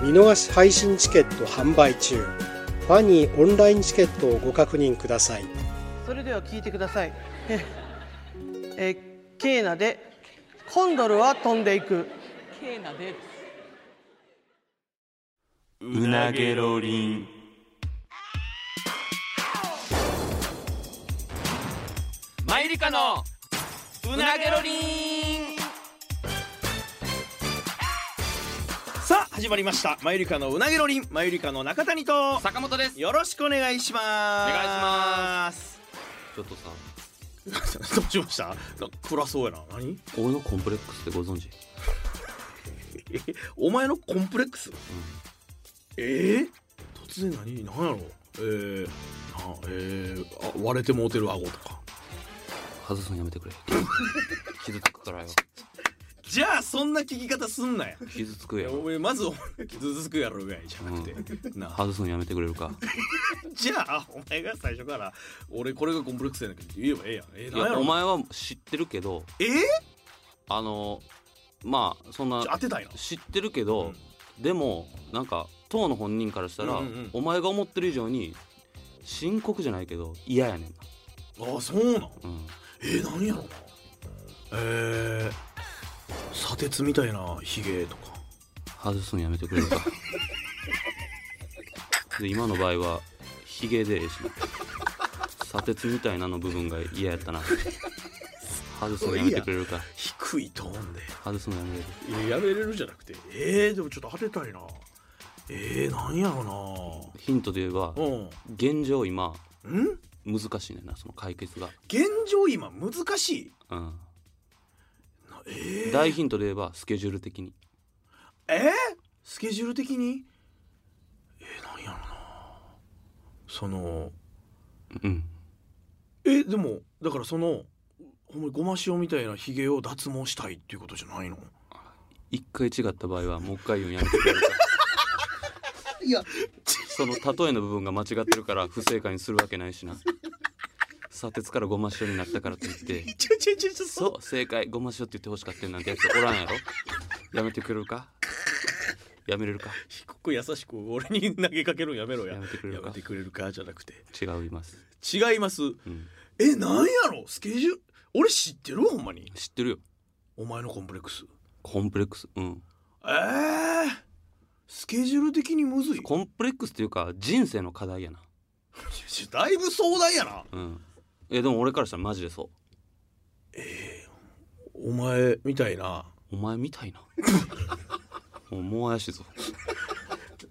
見逃し配信チケット販売中ファニーオンラインチケットをご確認くださいそれでは聞いてください えーえーケーナでコンドルは飛んでいくケーナでうなげろりんマイリカのうなげろりんさあ始まりましたマユリカのうなげろりんマユリカの中谷と坂本ですよろしくお願いしますお願いしますちょっとさどうしましたなんか暗そうやな何俺のコンプレックスってご存知えお前のコンプレックス、えー、突然何何やろえー、なえー、あ割れてもうてる顎とか外すのやめて くれ傷つくからよじゃあそんな聞き方すんなや傷つくよお前まずお前傷つくやろぐらいじゃなくて、なあ外すのやめてくれるかじゃあお前が最初から俺これがコンプレックスやねんけど言えばええやんえー、い何ややろお前は知ってるけどえー、あのまあそんなちょ当てたいな知ってるけど、でもなんか当の本人からしたら、うんうんうんお前が思ってる以上に深刻じゃないけど嫌やねんな、あそうなんうん、えー、何やろなえー、砂鉄みたいなヒゲとか外すのやめてくれ るかで今の場合はヒゲでええしな砂鉄みたいなの部分が嫌やったな外すのやめてくれるか低いトーンで外すのやめるいややめれるじゃなくてえー、でもちょっと当てたいなえー、何やろヒントで言えばなうん現状今ん難しいねんなその解決が、現状今難しいうん、なえー、大ヒントで言えばスケジュール的にえー、スケジュール的にえー、何やろなそのうんえでもだからそのほんまにごま塩みたいなヒゲを脱毛したいっていうことじゃないの一回違った場合はもう一回言うんやめてくれるかいやその例えの部分が間違ってるから不正解にするわけないしな砂鉄からごま塩になったからといってちょちょちょちょそう正解ごま塩って言ってほしかったなんてやつおらんやろやめてくれるかやめれるか低く優しく俺に投げかけるんやめろややめてくれるかやめてくれるかじゃなくて違います、違いますうん、えなんやろスケジュール俺知ってるほんまに知ってるよお前のコンプレックスコンプレックスうんえー、スケジュール的にむずいコンプレックスっていうか人生の課題やなちょだいぶ壮大やなうんえでも俺からしたらマジでそお前みたいなうお前みたいな もうもう怪しいぞ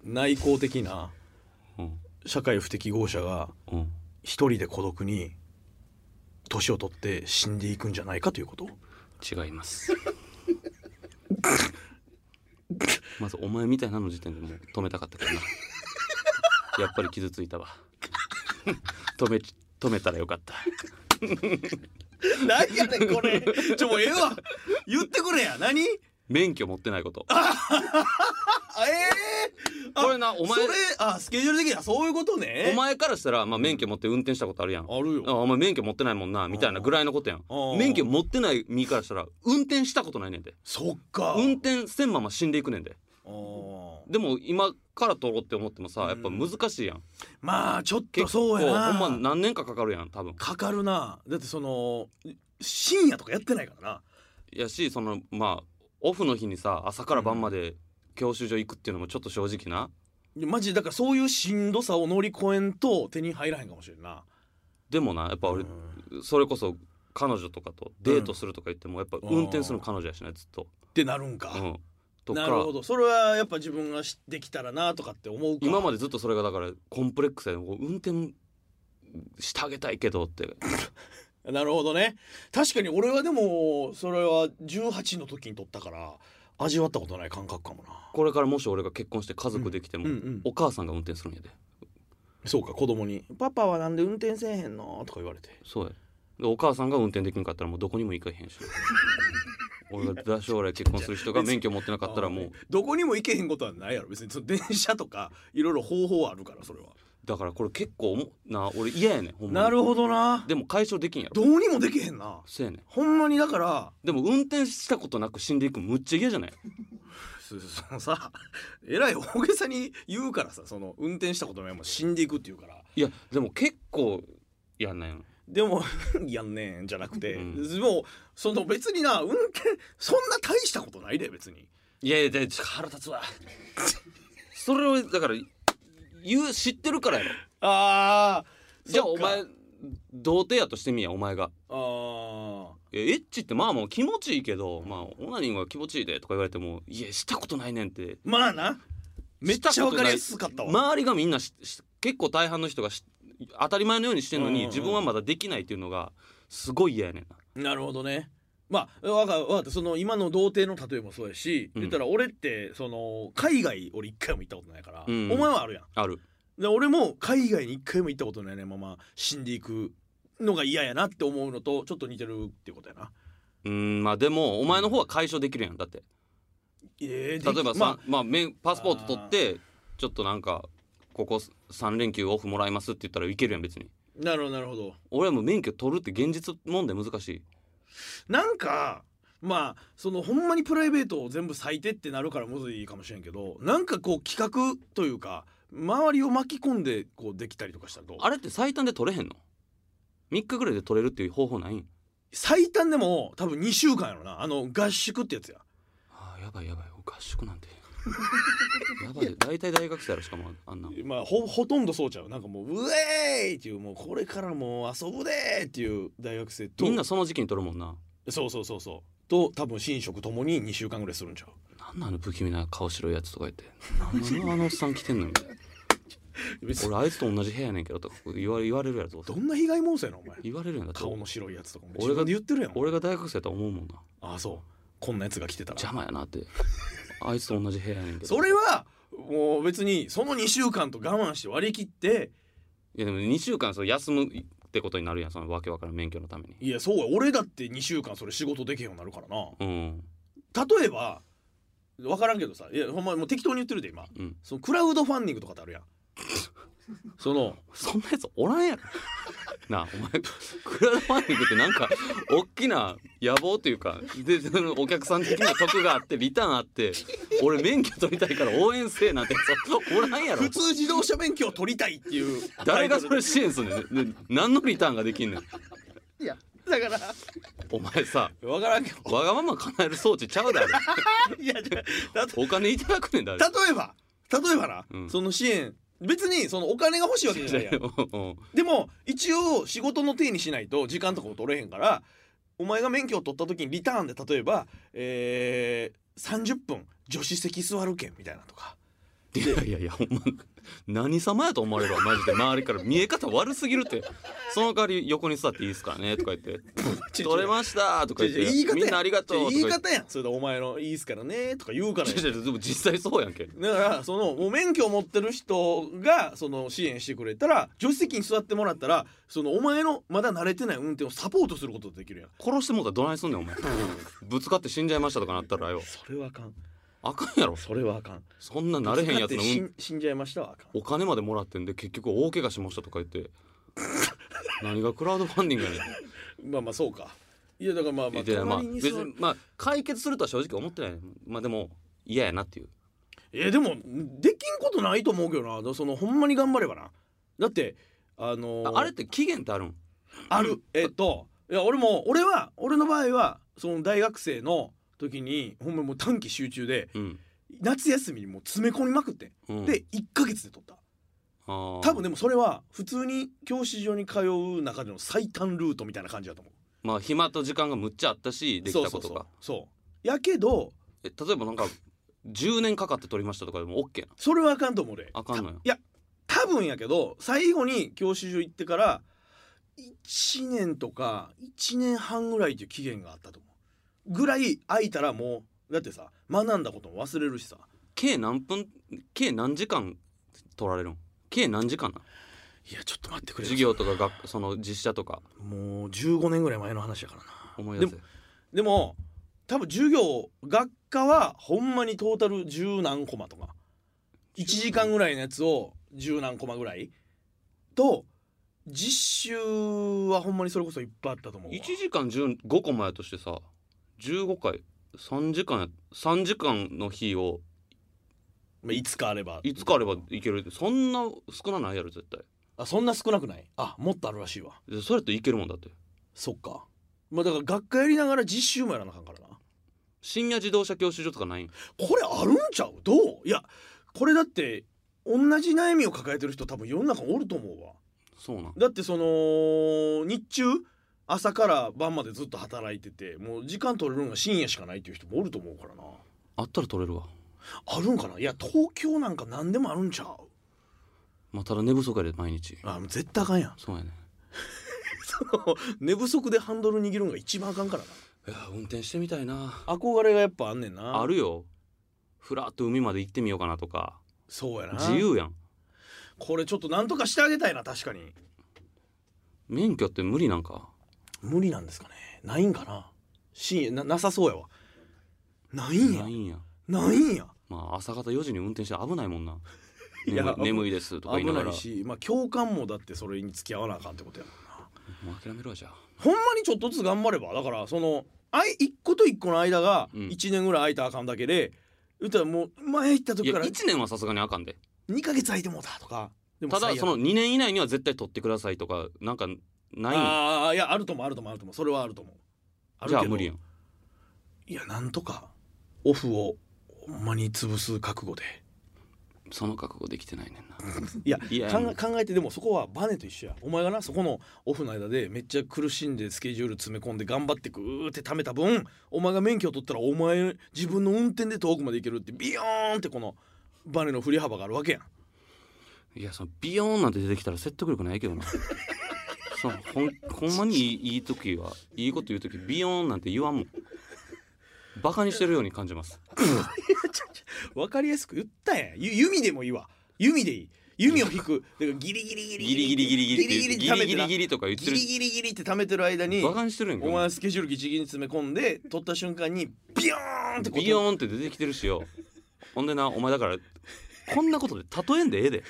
内向的なうん社会不適合者がうん一人で孤独に年を取って死んでいくんじゃないかという こと違います まずお前みたいなの時点でもう止めたかったけ どなやっぱり傷ついたわ止め止めたらよかった何やねんこれ ちょもうええわ言ってくれや何免許持ってないことあええー、あこれなお前それあスケジュール的にはそういうことねお前からしたら、まあ、免許持って運転したことあるやんあるあよお前免許持ってないもんなみたいなぐらいのことやんうん免許持ってない身からしたら運転したことないねんでそっか運転せんまま死んでいくねんであーでも今から取ろうって思ってもさやっぱ難しいやんまあちょっと結そ構うやなほんま何年かかかるやん多分かかるなだってその深夜とかやってないからなやしそのまあオフの日にさ朝から晩まで教習所行くっていうのもちょっと正直なでマジだからそういうしんどさを乗り越えんと手に入らへんかもしれんなでもなやっぱ俺うんそれこそ彼女とかとデートするとか言ってもやっぱ運転するの彼女やしなずっと。ってなるんか、うん、となるかほどそれはやっぱ自分がしできたらなとかって思うか今までずっとそれがだからコンプレックスやでこう運転してあげたいけどってなるほどね確かに俺はでもそれは18の時に撮ったから味わったことない感覚かもなこれからもし俺が結婚して家族できても、うんうんお母さんが運転するんやでそうか子供に「パパはなんで運転せえへんの?」とか言われてそうやでお母さんが運転できんかったらもうどこにも行かへん し俺が将来結婚する人が免許持ってなかったらもうどこにも行けへんことはないやろ別にその電車とかいろいろ方法あるからそれはだからこれ結構おもな俺嫌やねんほんまにほどなでも解消できんやろどうにもできへんなそうやねんほんまにだからでも運転したことなく死んでいくんむっちゃ嫌じゃないそそのさえらい大げさに言うからさその運転したことないもん死んでいくって言うからいやでも結構やんないのでも やんねんじゃなくて、うんもうその別にな運転そんな大したことないで別にいやいやで腹立つわそれをだから言う知ってるからやろあじゃあお前童貞やとしてみやお前があいやエッチってまあもう気持ちいいけどまあオナニーが気持ちいいでとか言われてもいやしたことないねんってーまあなめっちゃわかりやすかったわ、周りがみんなしし結構大半の人がし当たり前のようにしてんのうんうんうにん自分はまだできないっていうのがすごい嫌やねんななるほどねまあわかわかったその今の童貞の例えもそうやし、うん言ったら俺ってその海外俺一回も行ったことないから、うんお前はあるやんあるで俺も海外に一回も行ったことないねまま死んでいくのが嫌やなって思うのとちょっと似てるってことやなうーんまあでもお前の方は解消できるやんだってえーで例えばさ、ままあ免パスポート取ってちょっとなんかここ3連休オフもらいますって言ったらいけるやん別にあなるほどなるほど俺はもう免許取るって現実問題難しいなんかまあそのほんまにプライベートを全部割いてってなるからむずいかもしれんけどなんかこう企画というか周りを巻き込んでこうできたりとかしたらどうあれって最短で取れへんの3日ぐらいで取れるっていう方法ないん最短でも多分2週間やろなあの合宿ってやつやああやばいやばい合宿なんてやばいで大体大学生やろしかもあんなまあほほとんどそうちゃうなんかもう「ウェーイ!」っていうもうこれからもう遊ぶでーっていう大学生とみんなその時期に取るもんなそうそうそうそうと多分寝食ともに2週間ぐらいするんちゃなんなの不気味な顔白いやつとか言って何のあのおっさん来てんのみたいなう別に俺あいつと同じ部屋やねんけどとか言われ言われるやろどうせどんな被害妄想やなお前言われるやんだって顔の白いやつとかも俺自が分で言ってるやん俺が大学生とは思うもんなああそうこんなやつが来てたら邪魔やなってあいつと同じ部屋やねんけどそれはもう別にその2週間と我慢して割り切っていやでも2週間そう休むってことになるやんそのわけわからん免許のためにいやそうや俺だって2週間それ仕事できへんようになるからなうん例えば分からんけどさいやほんまもう適当に言ってるで今うんそのクラウドファンディングとかってあるやんその そんなやつおらんやろ なあお前クラウドファンディングってなんか大きな野望というかでそのお客さん的な得があってリターンあって俺免許取りたいから応援せえなんてそおらんやろ普通自動車免許を取りたいっていう誰がタイそトルれ支援すんねんね何のリターンができんねんいやだからお前さ分からんけどわがまま叶える装置ちゃうだろいやじゃあお金いただくねんだた例えば例えばな、うんその支援別にそのお金が欲しいわ けじゃないやんでも一応仕事の手にしないと時間とかも取れへんからお前が免許を取った時にリターンで例えば、えー、30分助手席座る券みたいなとかいやいやいやほんま何様やと思われるわマジで周りから見え方悪すぎるってその代わり横に座っていいですからねとか言 って「取れました」とか違う言って違う言い方やみんなありがとう」とか言い言って方やんそれでお前の「いいっすからね」とか言うからや違う違うでも実際そうやんけだからそのもう免許を持ってる人がその支援してくれたら助手席に座ってもらったらそのお前のまだ慣れてない運転をサポートすることができるやん殺してもうたらどないすんねんお前ぶつかって死んじゃいましたとかなったらよそれはあかんあかんやろそれはあかんそんななれへんやつのぶつかって死運ん死んじゃいましたわあかんお金までもらってんで結局大怪我しましたとか言って何がクラウドファンディング やねんまあまあそうかいやだからまあまあでまあ隣に別座るにまあ解決するとは正直思ってないまあでも嫌やなっていうえでもできんことないと思うけどなそのほんまに頑張ればなだってあのあーあれって期限ってあるんあるえっといや俺も俺は俺の場合はその大学生の時にほんまもう短期集中でうん、夏休みにもう詰め込みまくってんうん、で1ヶ月で取った多多分でもそれは普通に教師所に通う中での最短ルートみたいな感じだと思うまあ暇と時間がむっちゃあったしできたことがそうそうそうそうやけどえ例えばなんか10年かかって撮りましたとかでも OK なそれはあかんと思うであかんのよたいや多分やけど最後に教習所行ってから1年とか1年半ぐらいっていう期限があったと思うぐらい空いたらもうだってさ学んだことも忘れるしさ計何分計何時間取られるん計何時間なんいやちょっと待ってくれよ授業とか学その実写とかもう15年ぐらい前の話やからな思い出でせでも多分授業学科はほんまにトータル十何コマとか1時間ぐらいのやつを十何コマぐらいと実習はほんまにそれこそいっぱいあったと思うわ1時間15個前やとしてさ15回3時間や3時間の日をまあいつかあればいつかあればいけるそんな少なないやろ絶対あそんな少なくないあもっとあるらしいわでそれやっていけるもんだってそっかまあだから学科やりながら実習もやらなあかんからな深夜自動車教習所とかないんこれあるんちゃうどういやこれだって同じ悩みを抱えてる人多分世の中おると思うわそうなんだってその日中朝から晩までずっと働いててもう時間取れるのが深夜しかないっていう人もおると思うからなあったら取れるわあるんかないや東京なんか何でもあるんちゃうまあただ寝不足やで毎日あもう絶対あかんや んそうやねその寝不足でハンドル握るのが一番あかんからないや運転してみたいな憧れがやっぱあんねんなあるよふらっと海まで行ってみようかなとかそうやな自由やんこれちょっとなんとかしてあげたいな確かに免許って無理なんか無理なんですかねないんかな深夜ななさそうやわないんやないんやないんやまあ朝方4時に運転して危ないもん ないや眠い眠いですとか言い危ながならいしまあ共感もだってそれに付き合わなあかんってことやもんなもう諦めろよじゃあほんまにちょっとずつ頑張ればだからそのあい一個と一個の間がうん1年ぐらい空いたらあかんだけで、言ったらもう前行ったい時やから1年はさすがにあかんで2ヶ月空いてもうたとかでもただ最悪その2年以内には絶対取ってくださいとかなんかないんああいやあるともあるともあるともそれはあると思うあるじけゃどあ無理やんいやなんとかオフをほんまに潰す覚悟でその覚悟できてないねんないやいや考え考えてでもそこはバネと一緒やお前がなそこのオフの間でめっちゃ苦しんでスケジュール詰め込んで頑張ってグーって貯めた分お前が免許を取ったらお前自分の運転で遠くまで行けるってビヨーンってこのバネの振り幅があるわけやんいやそのビヨーンなんて出てきたら説得力ないけどな そのほんほんまにいいいい時はいいこと言う時ビヨーンなんて言わんもんバカにしてるように感じますわかりやすく言ったやんゆ弓でもいいわ弓でいい弓を引くだからギリギリギリギリギリギリギリギリギリギギリリギギリリギギリリとか言ってギるリギリギリって貯めてる間にバカにしてるんやんお前スケジュールギチギチに詰め込んで取った瞬間にビヨーンってこうビヨーンって出てきてるしよほんでなお前だからこんなことで例えんでええで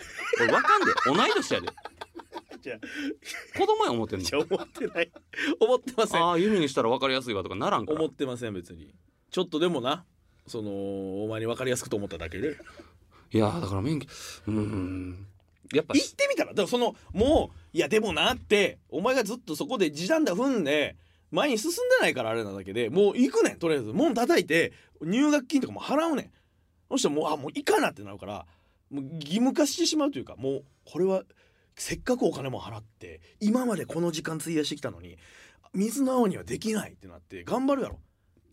俺わかんで同い年やで じゃあ子供や思ってんのじゃあ思ってない思ってませんああ弓にしたら分かりやすいわとかならんから思ってません別にちょっとでもなそのお前に分かりやすくと思っただけでいやーだから免許うーんやっぱ 行ってみたらでもそのもういやでもなってお前がずっとそこで時短だ踏んで前に進んでないからあれなだけでもう行くねんとりあえず門叩いて入学金とかも払うねんそしたらもうあもういいかなってなるからもう義務化してしまうというかもうこれはせっかくお金も払って今までこの時間費やしてきたのに水の青にはできないってなって頑張るやろ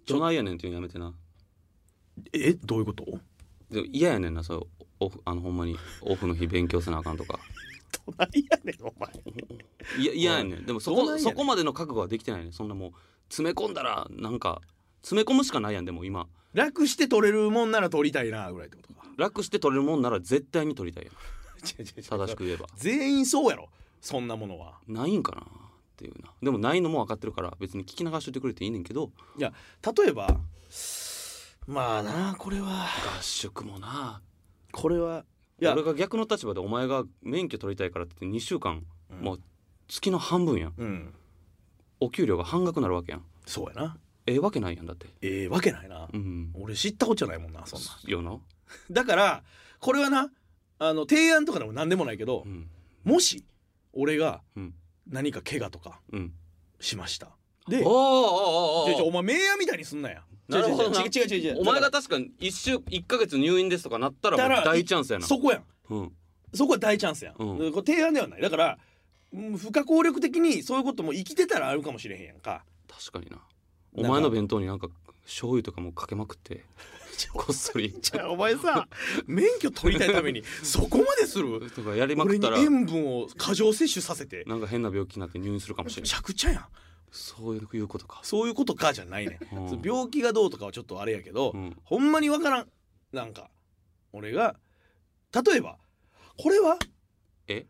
どないやねんっていうのやめてなえ どういうことでも嫌やねんなそうオフあのほんまにオフの日勉強せなあかんとかどないやねんお前い や嫌やねんでもそどうこなんやねんそこまでの覚悟はできてないねんそんなもう詰め込んだらなんか詰め込むしかないやんでも今楽して取れるもんなら取りたいなぐらいってことか楽して取れるもんなら絶対に取りたいやん 違う違う違う正しく言えば全員そうやろそんなものはないんかなっていうなでもないのも分かってるから別に聞き流しといてくれていいねんけどいや例えばまあなこれは合宿もなこれはいいや俺が逆の立場でお前が免許取りたいからって言って2週間、うんもう月の半分やんうんお給料が半額になるわけやんそうやなええわけないやんだってええわけないな、うん俺知ったことじゃないもんなそんなよなだからこれはなあの提案とかでも何でもないけどう、んもし俺がうん何か怪我とかうんしました でおーおちょいーちょおいーお前名やみたいにすんなやなるほどな違う違う違う違う違うお前が確かに1週1か月入院ですとかなったらだかもらう大チャンスやなそこやんうんそこは大チャンスやん、うんでこれ提案ではないだからうん不可抗力的にそういうことも生きてたらあるかもしれへんやんか確かにななんおか前の弁当になんか醤油とかもかけまくってこっそりじゃ あお前さ免許取りたいためにそこまでするとかやりまく俺っにたら塩分を過剰摂取させてなんか変な病気になって入院するかもしれめなちゃくちゃやんそういうことか。そういうことかじゃないねうんんそう病気がどうとかはちょっとあれやけど、うんほんまにわからんなんか俺が例えばこれはえ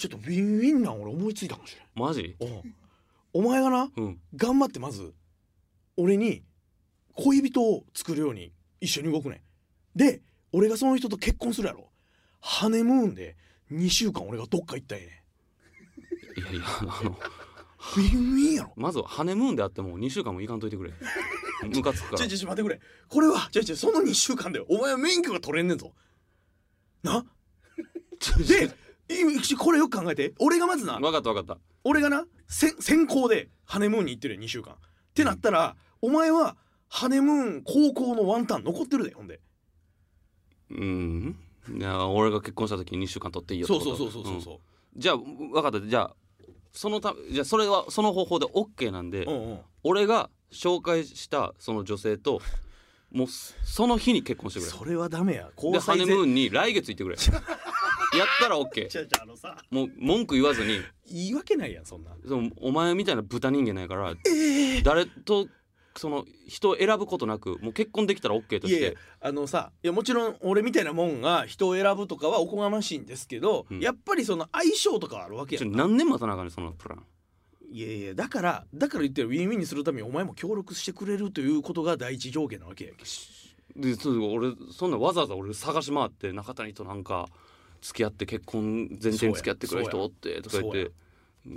ちょっとビンウィンなん俺思いついたかもしマジ？れんおうお前がなうん。頑張ってまず俺に恋人を作るように一緒に動くねんで俺がその人と結婚するやろハネムーンで2週間俺がどっか行ったんやねいやいや、あのんビンウィンやろまずはハネムーンであっても2週間も行かんといてく れ。ムカつくからちょい。ちょいちょ待ってくれこれはちょいちょいその2週間でお前は免許が取れんねんぞなでいこれよく考えて俺がまずなわかったわかった。俺がなせ先行でハネムーンに行ってるやん2週間ってなったらお前はハネムーン高校のワンタン残ってるでほんでうん。いや俺が結婚した時に2週間取っていいよってそうことそうそうそうそううんそじゃあ分かったじゃあそのたじゃあそれはその方法で OK なんで、ううんうん俺が紹介したその女性 ともうそその日に結婚してくれそれはダメやで交ハ際ネムーンに来月行って くれやったら OK ちゃちゃあのさもう文句言わずに言い訳ないやんそんなそのお前みたいな豚人間ないから、誰とその人を選ぶことなくもう結婚できたら OK といやしいやてあのさいやもちろん俺みたいなもんが人を選ぶとかはおこがましいんですけど、うんやっぱりその相性とかあるわけやちんょ何年待たなあかんねんそのプランいやいやだからだから言ってるウィンウィンにするためにお前も協力してくれるということが第一条件なわけやけでそう俺そんなわざわざ俺探し回って中谷となんか付き合って結婚前提に付き合ってくれる人おってとか言っそうやて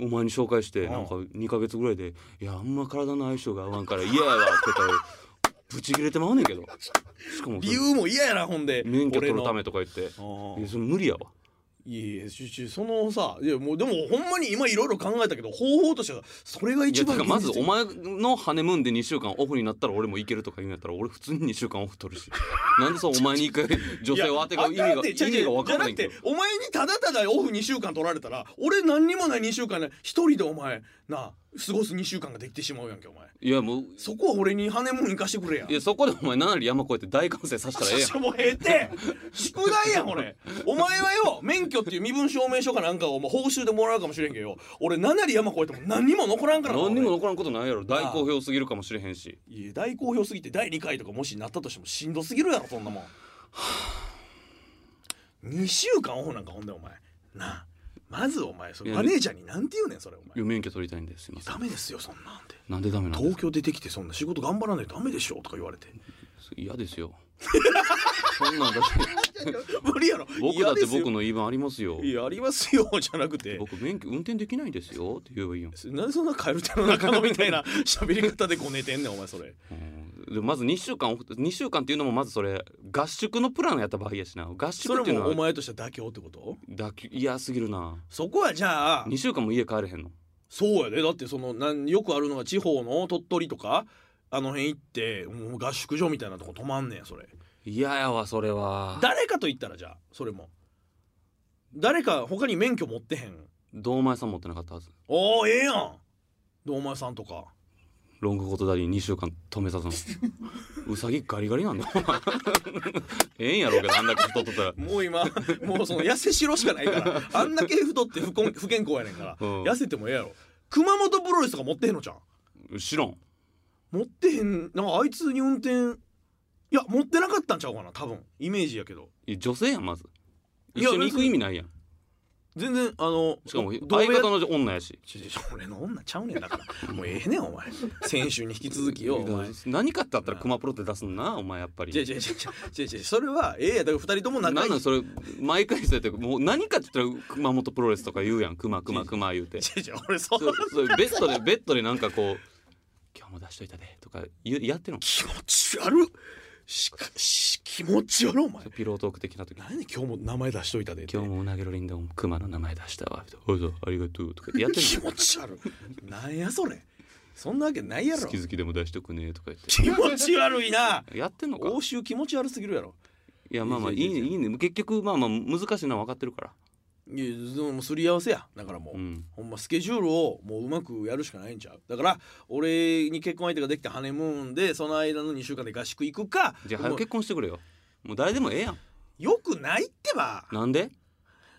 お前に紹介してうんなんか2か月ぐらいで「いやあんま体の相性が合わんから嫌やわ」って言ったらブチ切れてまうねんけどしかも理由も嫌やなほんで免許取るた俺めとか言って「のいやそれ無理やわいやいやちょちょそのさいやもうでもほんまに今いろいろ考えたけど方法としてはそれが」いや一だ番からまず現実お前のハネムーンで2週間オフになったら俺も行けるとか言うんやったら俺普通に2週間オフ取るしなんでそうお前に一回女性を当てが意味がい意やあんたって味が分からないんじゃけどなくてお前にただただオフ2週間取られたら俺何にもない2週間で一人でお前な過ごす2週間ができてしまうやんけお前いやもうそこは俺にハネムーン行かしてくれやいやそこでお前七里山越えて大完成させたらええやんちょもうええって宿題やん俺お前はよ免許っていう身分証明書かなんかをもう報酬でもらうかもしれんけどよ俺7里山越えても何にも残らんからな何にも俺残らんことないやろ大好評すぎるかもしれへんしいや大好評すぎて第2回とかもしなったとしてもしんどすぎるやろそんなもん2週間オフなんかほんでお前なあまずお前それいやマネージャーになんて言うねんそれおい前や免許取りたいんですいませんダメですよそんなんでなんでダメなんです東か京出てきてそんな仕事頑張らないとダメでしょとか言われて嫌です よそんなんだって無理やろ僕だって嫌ですよ僕の言い分ありますよいやありますよじゃなくて僕免許運転できないんですよって言えばいいやんなんでそんなカエル手の中のみたい な喋り方でこう寝てんねんお前それうんでまず2週間2週間っていうのもまずそれ合宿のプランやった場合やしな合そ宿ってれいうものおは前としては妥協ってことだき嫌すぎるなそこはじゃあ2週間も家帰れへんのそうやでだってそのなんよくあるのが地方の鳥取とかあの辺行ってもう合宿所みたいなとこ泊まんねんそれ嫌やわそれは誰かと言ったらじゃあそれも誰か他に免許持ってへん堂前さん持ってなかったはずおーええやん堂前さんとかロングコートダディ2週間止めさせん うさぎガリガリなんだ ええんやろうけどあんだけ太っとったらもう 今もうその痩せしろしかないからあんだけ太って不健不健康やねんから、うん痩せてもええやろ熊本プロレスとか持ってへんのじゃん知らん持ってへんなんかあいつに運転いや持ってなかったんちゃうかな多分イメージやけどいや女性やんまずい一や緒に行く意味ないやん全然あのしかも同相盟方の女やしちょちょ俺の女ちゃうねんだから もうええねんお前先週に引き続きよお前何かってあったらクマプロって出すんなお前やっぱりじゃじゃじゃじゃじゃそれはええやだから二人ともなん仲ないいんそれ毎回そうやってもう何かって言ったら熊本プロレスとか言うやん熊熊熊言うてじゃじゃ俺そそううそうベッドでベッドでなんかこう「今日も出しといたで」とか言うやってんの気持ち悪っしかし気持ち悪っお前ピロートーク的な時何で今日も名前出しといたでって今日もうなげろりんだクマの名前出したわどうぞありがとうとかやってん気 の持ち悪っなんやそれそんなわけない やろ好き好きでも出しとくねとか言っ気持ち 悪いなてやってんのか欧州気持ち悪すぎるやろいやまあまあいいいやいねやいやいいね結局まあまあ難しいのは分かってるからいやでももうすり合わせやだからもう、うんほんまスケジュールをもううまくやるしかないんちゃうだから俺に結婚相手ができてハネムーンでその間の2週間で合宿行くかじゃあも早うく結婚してくれよもう誰でもええやんよくないってばなんで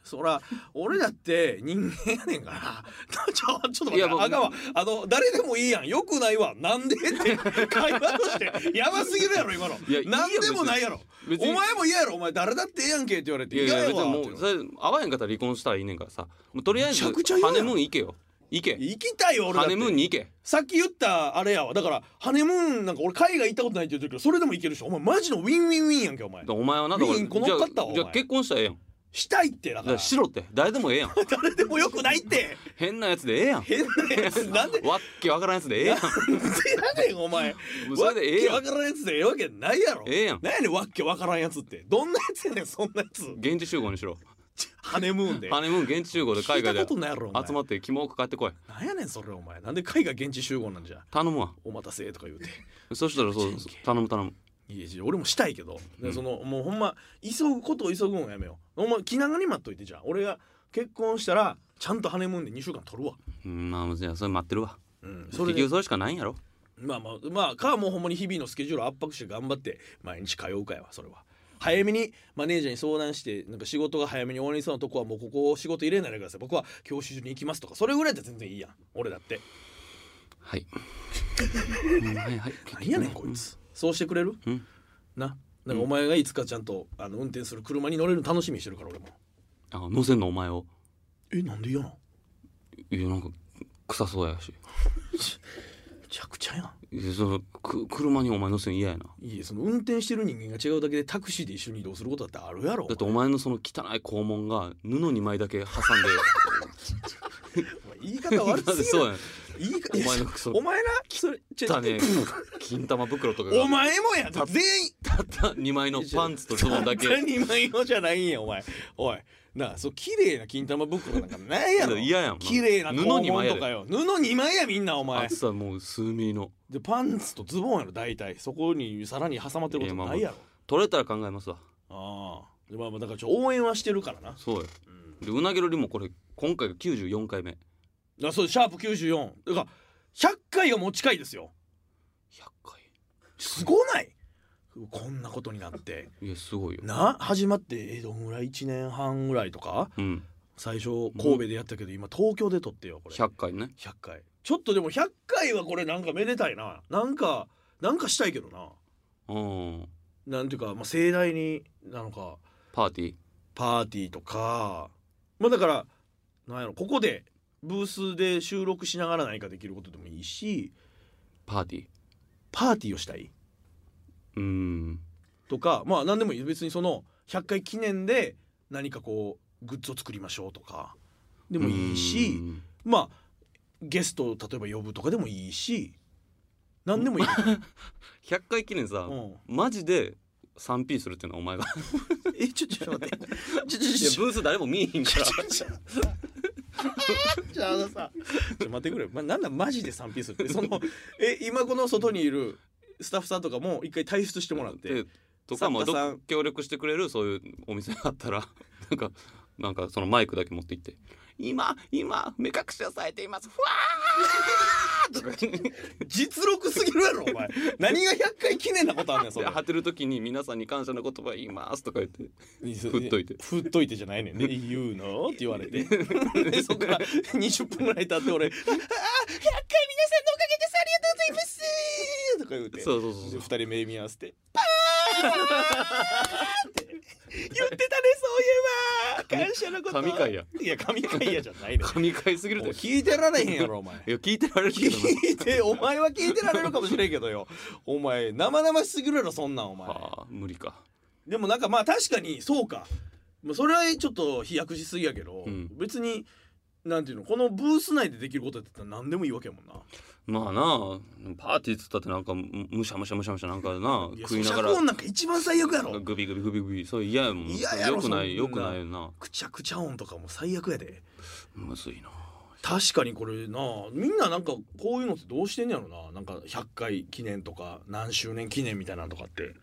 そら俺だって人間やねんから ちょちょっとい待っやて僕あかんわあの誰でもいいやんよくないわなんでって会話としてやばすぎるやろ今のいやいいよなんでもないやろお別に前も嫌やろお前誰だってええやんけって言われていやい嫌やや別わにもっうてそれ合わへんかったら離婚したらいいねんからさもうとりあえずめちゃくちゃ言うやハんネムーン行けよ行け行きたいよ俺だっハてネムーンに行けさっき言ったあれやわだからハネムーンなんか俺海外行ったことないって言ってるけどそれでも行けるしお前マジのウィンウィンウィンやんけお前だからお前はなだからウィーンこのじゃあ乗っかったわお前じゃあ結婚したらええやんしたいってだだかかららしろって誰でもええ やん誰でもよくない って変なやつでええやん変なやつなんでわっけわからんやつでええやんなんでやねんお前もうそれでええやんわっけわからんやつでええわけないやろええやんなんやねんわっけわからんやつってどんなやつやねんそんなやつ現地集合にしろハネムーンでハネムーン現地集合で海外聞でいたことないやろお前集まってキモく帰ってこいなんやねんそれお前なんで海外現地集合なんじゃ頼むわお待たせとか言うてそしたらそう頼む頼むいやいや俺もしたいけど、でうんそのもうほんま急ぐことを急ぐのはやめようお前気長に待っといてじゃあ俺が結婚したらちゃんとハネムーンで2週間取るわ、うんまあじゃあそれ待ってるわうん、そ結れで局それしかないんやろまあまあまあかもうほんまに日々のスケジュール圧迫して頑張って毎日通うかやわそれは早めにマネージャーに相談してなんか仕事が早めに終わりそうなとこはもうここを仕事入れないでください僕は教習所に行きますとかそれぐらいで全然いいやん俺だってはいうんはいはい何やねんこいつそうしてくれる、うんななんかお前がいつかちゃんとあの運転する車に乗れるの楽しみにしてるから俺もあ乗せんのお前をえなんで嫌なのいやなんか臭そうやしめちゃくちゃやんいやそのく車にお前乗せんの嫌やないいえその運転してる人間が違うだけでタクシーで一緒に移動することだってあるやろだってお前のその汚い肛門が布2枚だけ挟んでお前言い方悪だってす ぎそうやるねん言い方お前のクソお前なそれちょ汚ね金玉袋とかがお前もや全員たった2枚のパンツとズボンだけ何今用じゃないんやお前おいなあそう綺麗な金玉袋なんかないやろいや嫌やん綺麗な布布二2枚枚やとでかよ布2枚やみんなお前厚さもう数ミリのでパンツとズボンやろ大体そこにさらに挟まってることないやろ取れたら考えますわああでまあまあだからちょ応援はしてるからなそうやでうなぎろりもこれ今回が94回目あそうシャープ94だから100回がもう近いですよ100回すごないこんなことになっていやすごいよな始まってえどんぐらい1年半ぐらいとかうん最初神戸でやったけど今東京で撮ってよこれ100回ね100回ちょっとでも100回はこれなんかめでたいななんかなんかしたいけどなうんなんていうか、まあ、盛大になのかパーティーパーティーとかまあだからなんやろここでブースで収録しながら何かできることでもいいしパーティーパーティーをしたいうーんとかまあ何でもいい別にその100回記念で何かこうグッズを作りましょうとかででもいいしまあゲストを例えば呼ぶとかでもいいし何でもいい、 100回記念さうんマジで 3P するっていうのはお前が えちょちょっと待ってちょちょ いやちょブース誰も見えへんからちょちょあのさちょ待ってくれ、ま、なんだマジで3ピース ってそのえ今この外にいるスタッフさんとかも一回退出してもらってでとかも作家さんど協力してくれるそういうお店があったら なんかなんかそのマイクだけ持って行って「今今目隠しをされていますふわー!」とか実力すぎるやろお前何が100回記念なことあんねんそでれ果てる時に「皆さんに感謝の言葉言います」とか言 って振っといて振っといてじゃないねんね言うのって言わ れてでそっから20分ぐらい経って俺「ああ100回皆さんのおかげですありがとうございます」とか言うてそうそうそうそうで二人目見合わせて「パーン!」って言ってたねそういえば感謝のこと神回やいや神回やじゃないねん噛み返すぎるもうで聞いてられへんやろお前いや聞いてられるけど な聞いてお前は聞いてられるかもしれんけどよお前生々しすぎるやろそんなんお前はあ無理かでもなんかまあ確かにそうかまあそれはちょっと飛躍しすぎやけど、うん別になんていうのこのブース内でできることだったら何でもいいわけやもんなまあなあパーティーっつったってなんかむむしゃむしゃむしゃむしゃなんか ないや食いなが咀嚼音らなんか一番最悪やろグビグビグビグビそう嫌やもん嫌やろよくないそよんなくないよなくちゃくちゃ音とかも最悪やでむずいな確かにこれなみんななんかこういうのってどうしてんねやろななんか100回記念とか何周年記念みたいなのとかって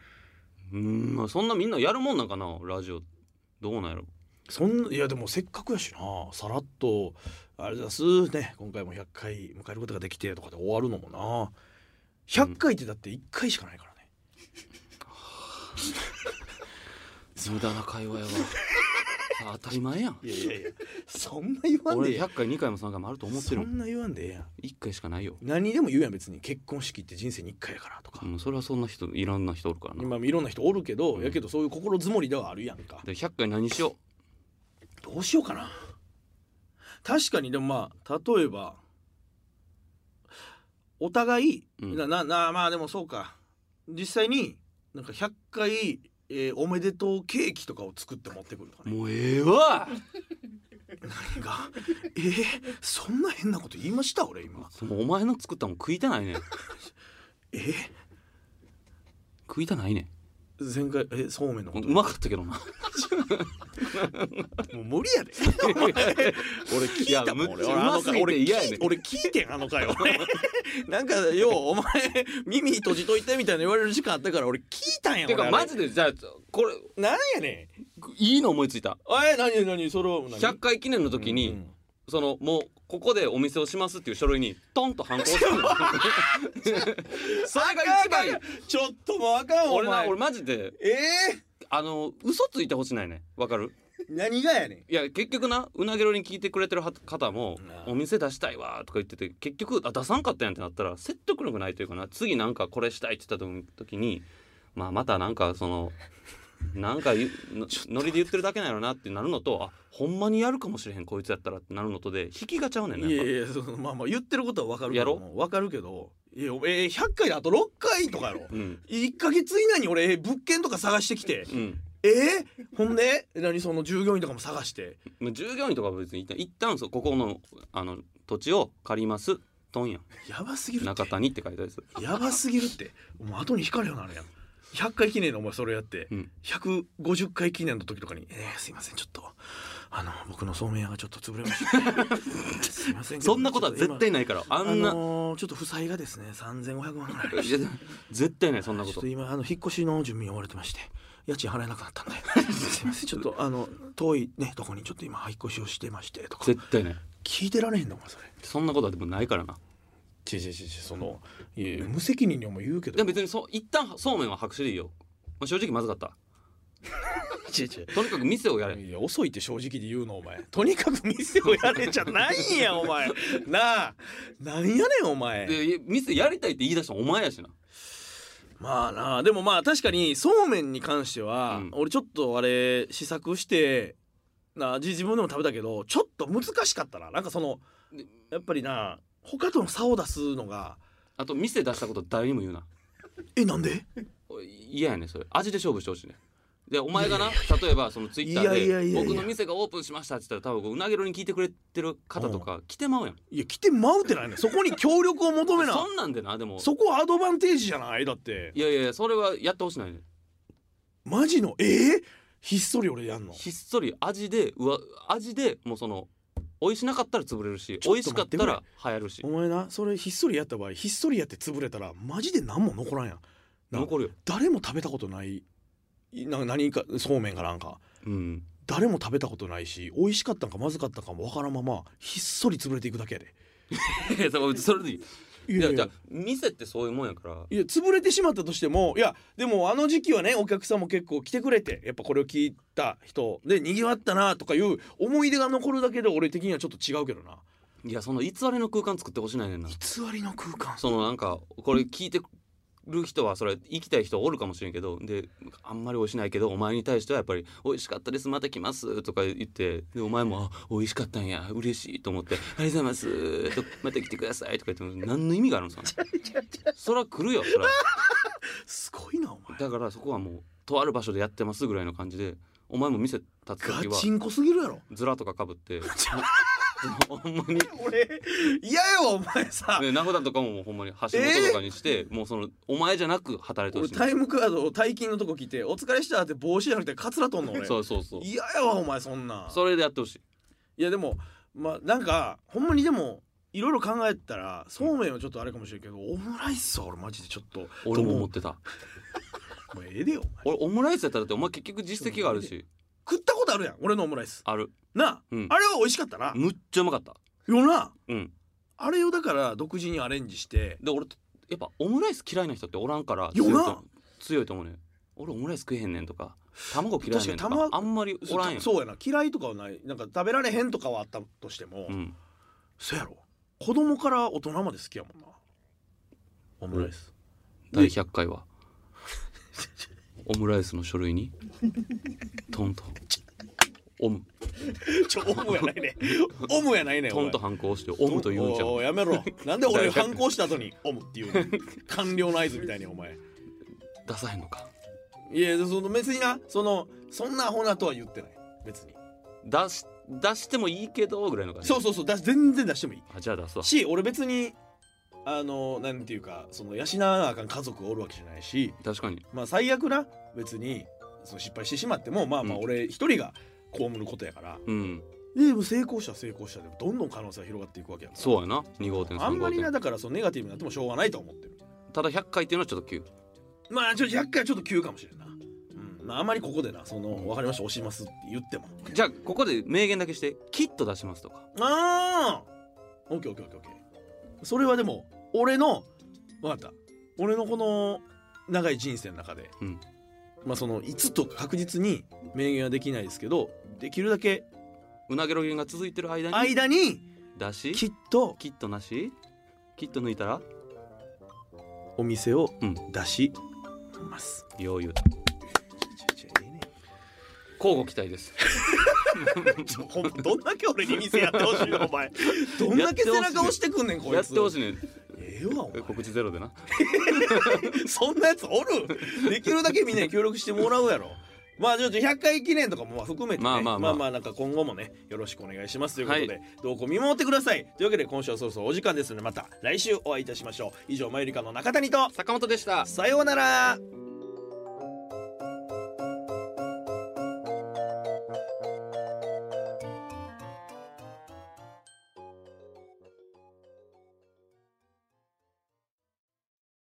うんまあそんなみんなやるもんなんかなラジオどうなんやろそんないやでもせっかくやしなさらっと「あれだすね今回も100回迎えることができて」とかで終わるのもな100回ってだって1回しかないからね、 無駄な会話やわ当たり前やんいやいやいやそんな言わん俺でええやん100回2回も3回もあると思ってるそもんんな言わんでええやん1回しかないよ、何でも言うやん別に結婚式って人生に1回やからとか、うん、それはそんな人いろんな人おるからな今いろんな人おるけど、うんやけどそういう心づもりではあるやんかで100回何しよどうしようかな確かにでもまあ例えばお互い、うんなななまあでもそうか実際になんか100回、えーおめでとうケーキとかを作って持ってくるとか うねもうええわ何がえー、そんな変なこと言いました俺今そのお前の作ったもん食いたないねんえ食いたないねんー、前回えーそうめんのことうまかったけどなもう無理やで俺聞いたもんいやむ俺っちゃう俺あまのすぎ回て俺聞い嫌やねん俺聞いてんあの 回俺なんかようお前耳閉じといてみたいな言われる時間あったから俺聞いたんやてか俺あマれジでじゃあこれなんやねんいいの思いついたえ何何それは何100回記念の時に、うんそのもうここでお店をしますっていう書類にトンと反抗 するのそれが一番いいちょっともうあかんお俺な前俺マジでえあの嘘ついてほしないねわかるえ何がやねんいや結局なうなげろに聞いてくれてるは方もなあ「お店出したいわ」とか言ってて結局あ出さんかったやんってなったら説得力ないというかな次なんかこれしたいって言った時にまあまたなんかそのなんかゆのノリで言ってるだけなのなってなるのとあほんまにやるかもしれへんこいつやったらってなるのとで引きがちゃうねんないややっぱいやそのまあまあ言ってることはわかるけやどろもうわかるけどいやえー、100回であと6回とかやろうん1か月以内に俺えー物件とか探してきてうんえー、ほんで何その従業員とかも探してまあ従業員とかは別に一旦一旦そうここのあの土地を借りますトンやんやばすぎるって中谷って書いてあるやつやばすぎるってもう後に引かれようになるやん100回記念のお前それやって、うん150回記念の時とかに「えー、すいませんちょっとあの僕のそうめん屋がちょっと潰れ ました、すいませんけどそんなことはちょっ絶対ないからあ今あんな、のーちょっと負債がですね3500万ぐらいありまいしやて 絶対ないそんなちこょっとと今あの引っ越しの準備に追われてまして家賃払えなく なったんですいませんちょっとあの遠いねとこにちょっと今引っ越しをしてましてとか絶対ない聞いてられへんのお前それそんなことはでもないからな違う違う違うそのいやいや無責任にお前言うけどでも別にそう一旦そうめんは白紙でいいよ、まあ、正直まずかった違う違うとにかく店をやれいや遅いって正直で言うのお前 とにかく店をやれちゃない んやお前なあなんやねんお前でいや店やりたいって言い出したのお前やしなまあなあでもまあ確かにそうめんに関しては、うん俺ちょっとあれ試作してなあじ自分でも食べたけどちょっと難しかったななんかそのでやっぱりな他との差を出すのがあと店出したこと誰にも言うなえなんでおい嫌やねんそれ味で勝負してほしいねんでお前がな例えばそのツイッタいやいやーいでやいや僕の店がオープンしましたって言ったら多分うなげろに聞いてくれてる方とか来てまうやんいや来てまうってないねんそこに協力を求め なそんなんでなでもそこはアドバンテージじゃないだっていやいやいやそれはやってほしないねんマジのえー、ひっそり俺やんのひっそり味でうわ味でもうその美味しなかったら潰れるしちょ美っ味しとか待っってたくれら流行るしお前なそれひっそりやった場合ひっそりやって潰れたらマジで何も残らんやんな残るよ誰も食べたことないいな何かそうめんかなんかうん 誰も食べたことないし美味しかったんかまずかったんかもわからんままひっそり潰れていくだけやでいやそそれでいいいいややいじゃやあ店ってそういうもんやからいや潰れてしまったとしてもいやでもあの時期はねお客さんも結構来てくれてやっぱこれを聞いた人でにぎわったなとかいう思い出が残るだけで俺的にはちょっと違うけどないやその偽りの空間作ってほしないねんな偽りの空間そのなんかこれ聞いてる人はそれ行きたい人おるかもしれんけどであんまり美味しないけどお前に対してはやっぱり「美味しかったですまた来ます」とか言ってでお前もあ「美味しかったんや嬉しい」と思って「ありがとうございます」と「また来てください」とか言っても何の意味があるんです かねそら来るよそらすごいなお前だからそこはもうとある場所でやってますぐらいの感じでお前も店立つ時ガチはンコすぎるやろズラとかかぶって ほんまに俺嫌やわお前さね、名札とかももうほんまに橋本とかにして、もうそのお前じゃなく働いてほ俺しタいイムカードを大金のとこ来て「お疲れした」って帽子じゃなくてカツラとんの 俺そうそうそう嫌やわお前そんなんそれでやってほしいいやでもまあなんかほんまにでもいろいろ考えたらそうめんはちょっとあれかもしれんけどオムライスは俺マジでちょっと俺も思っうてたもうええでよお前俺オムライスやったらだってお前結局実績があるし食ったことあるやん俺のオムライスあるなあ、うんあれは美味しかったなむっちゃうまかったよなうんあれをだから独自にアレンジしてで俺やっぱオムライス嫌いな人っておらんから強よないと強いと思うね俺オムライス食えへんねんとか卵嫌いやねんと確かかに卵あんまりおらんやんそうやな嫌いとかはないなんか食べられへんとかはあったとしても、うん、そうやろ子供から大人まで好きやもんなオムライス、第100回 はオムライスの書類にトンとオムちょオムやないねオムやないねトンとおい反抗してオムと言うんちゃおういやめろなんで俺大学反抗した後にオムって言うの官僚の合図みたいにお前ダサいのかいやその別になそのそんなアホなとは言ってない別に出し出してもいいけどぐらいの感じそうそうそう出し全然出してもいいあじゃあ出すわし俺別にあのなんていうかその養わなあかん家族がおるわけじゃないし確かにまあ最悪な別にその失敗してしまってもまあまあうん俺一人が被ることやから、うんででも成功者は成功者でどんどん可能性が広がっていくわけやからそうやな2号店あん3号まりな店だからそのネガティブになってもしょうがないと思ってるただ100回っていうのはちょっと急まあちょっと100回はちょっと急かもしれんな、うんまあ、あんまりここでなその分かりました押しますって言ってもじゃあここで名言だけして「キット出します」とかああオッケーオッケーオッケーオッケーそれはでも俺の分かった俺のこの長い人生の中で、うんまあそのいつと確実に明言はできないですけどできるだけうなげろげんが続いてる間に間に出しきっとキットなしキット抜いたらお店をうん出します、よう言う ちょちょええね交互期待ですちょほんまどんだけ俺に店やってほしいのお前 どんだけ背中押してくんねんこい つやってほしいいねええわお前告知ゼロでな そんなやつおるできるだけみんなに協力してもらうやろ。 まあちょっと100回記念とかもまあ含めてね、まあまあまあなんか今後もねよろしくお願いしますということで、どうか見守ってくださいというわけで今週はそろそろお時間ですのでまた来週お会いいたしましょう以上マユリカの中谷と坂本でしたさようなら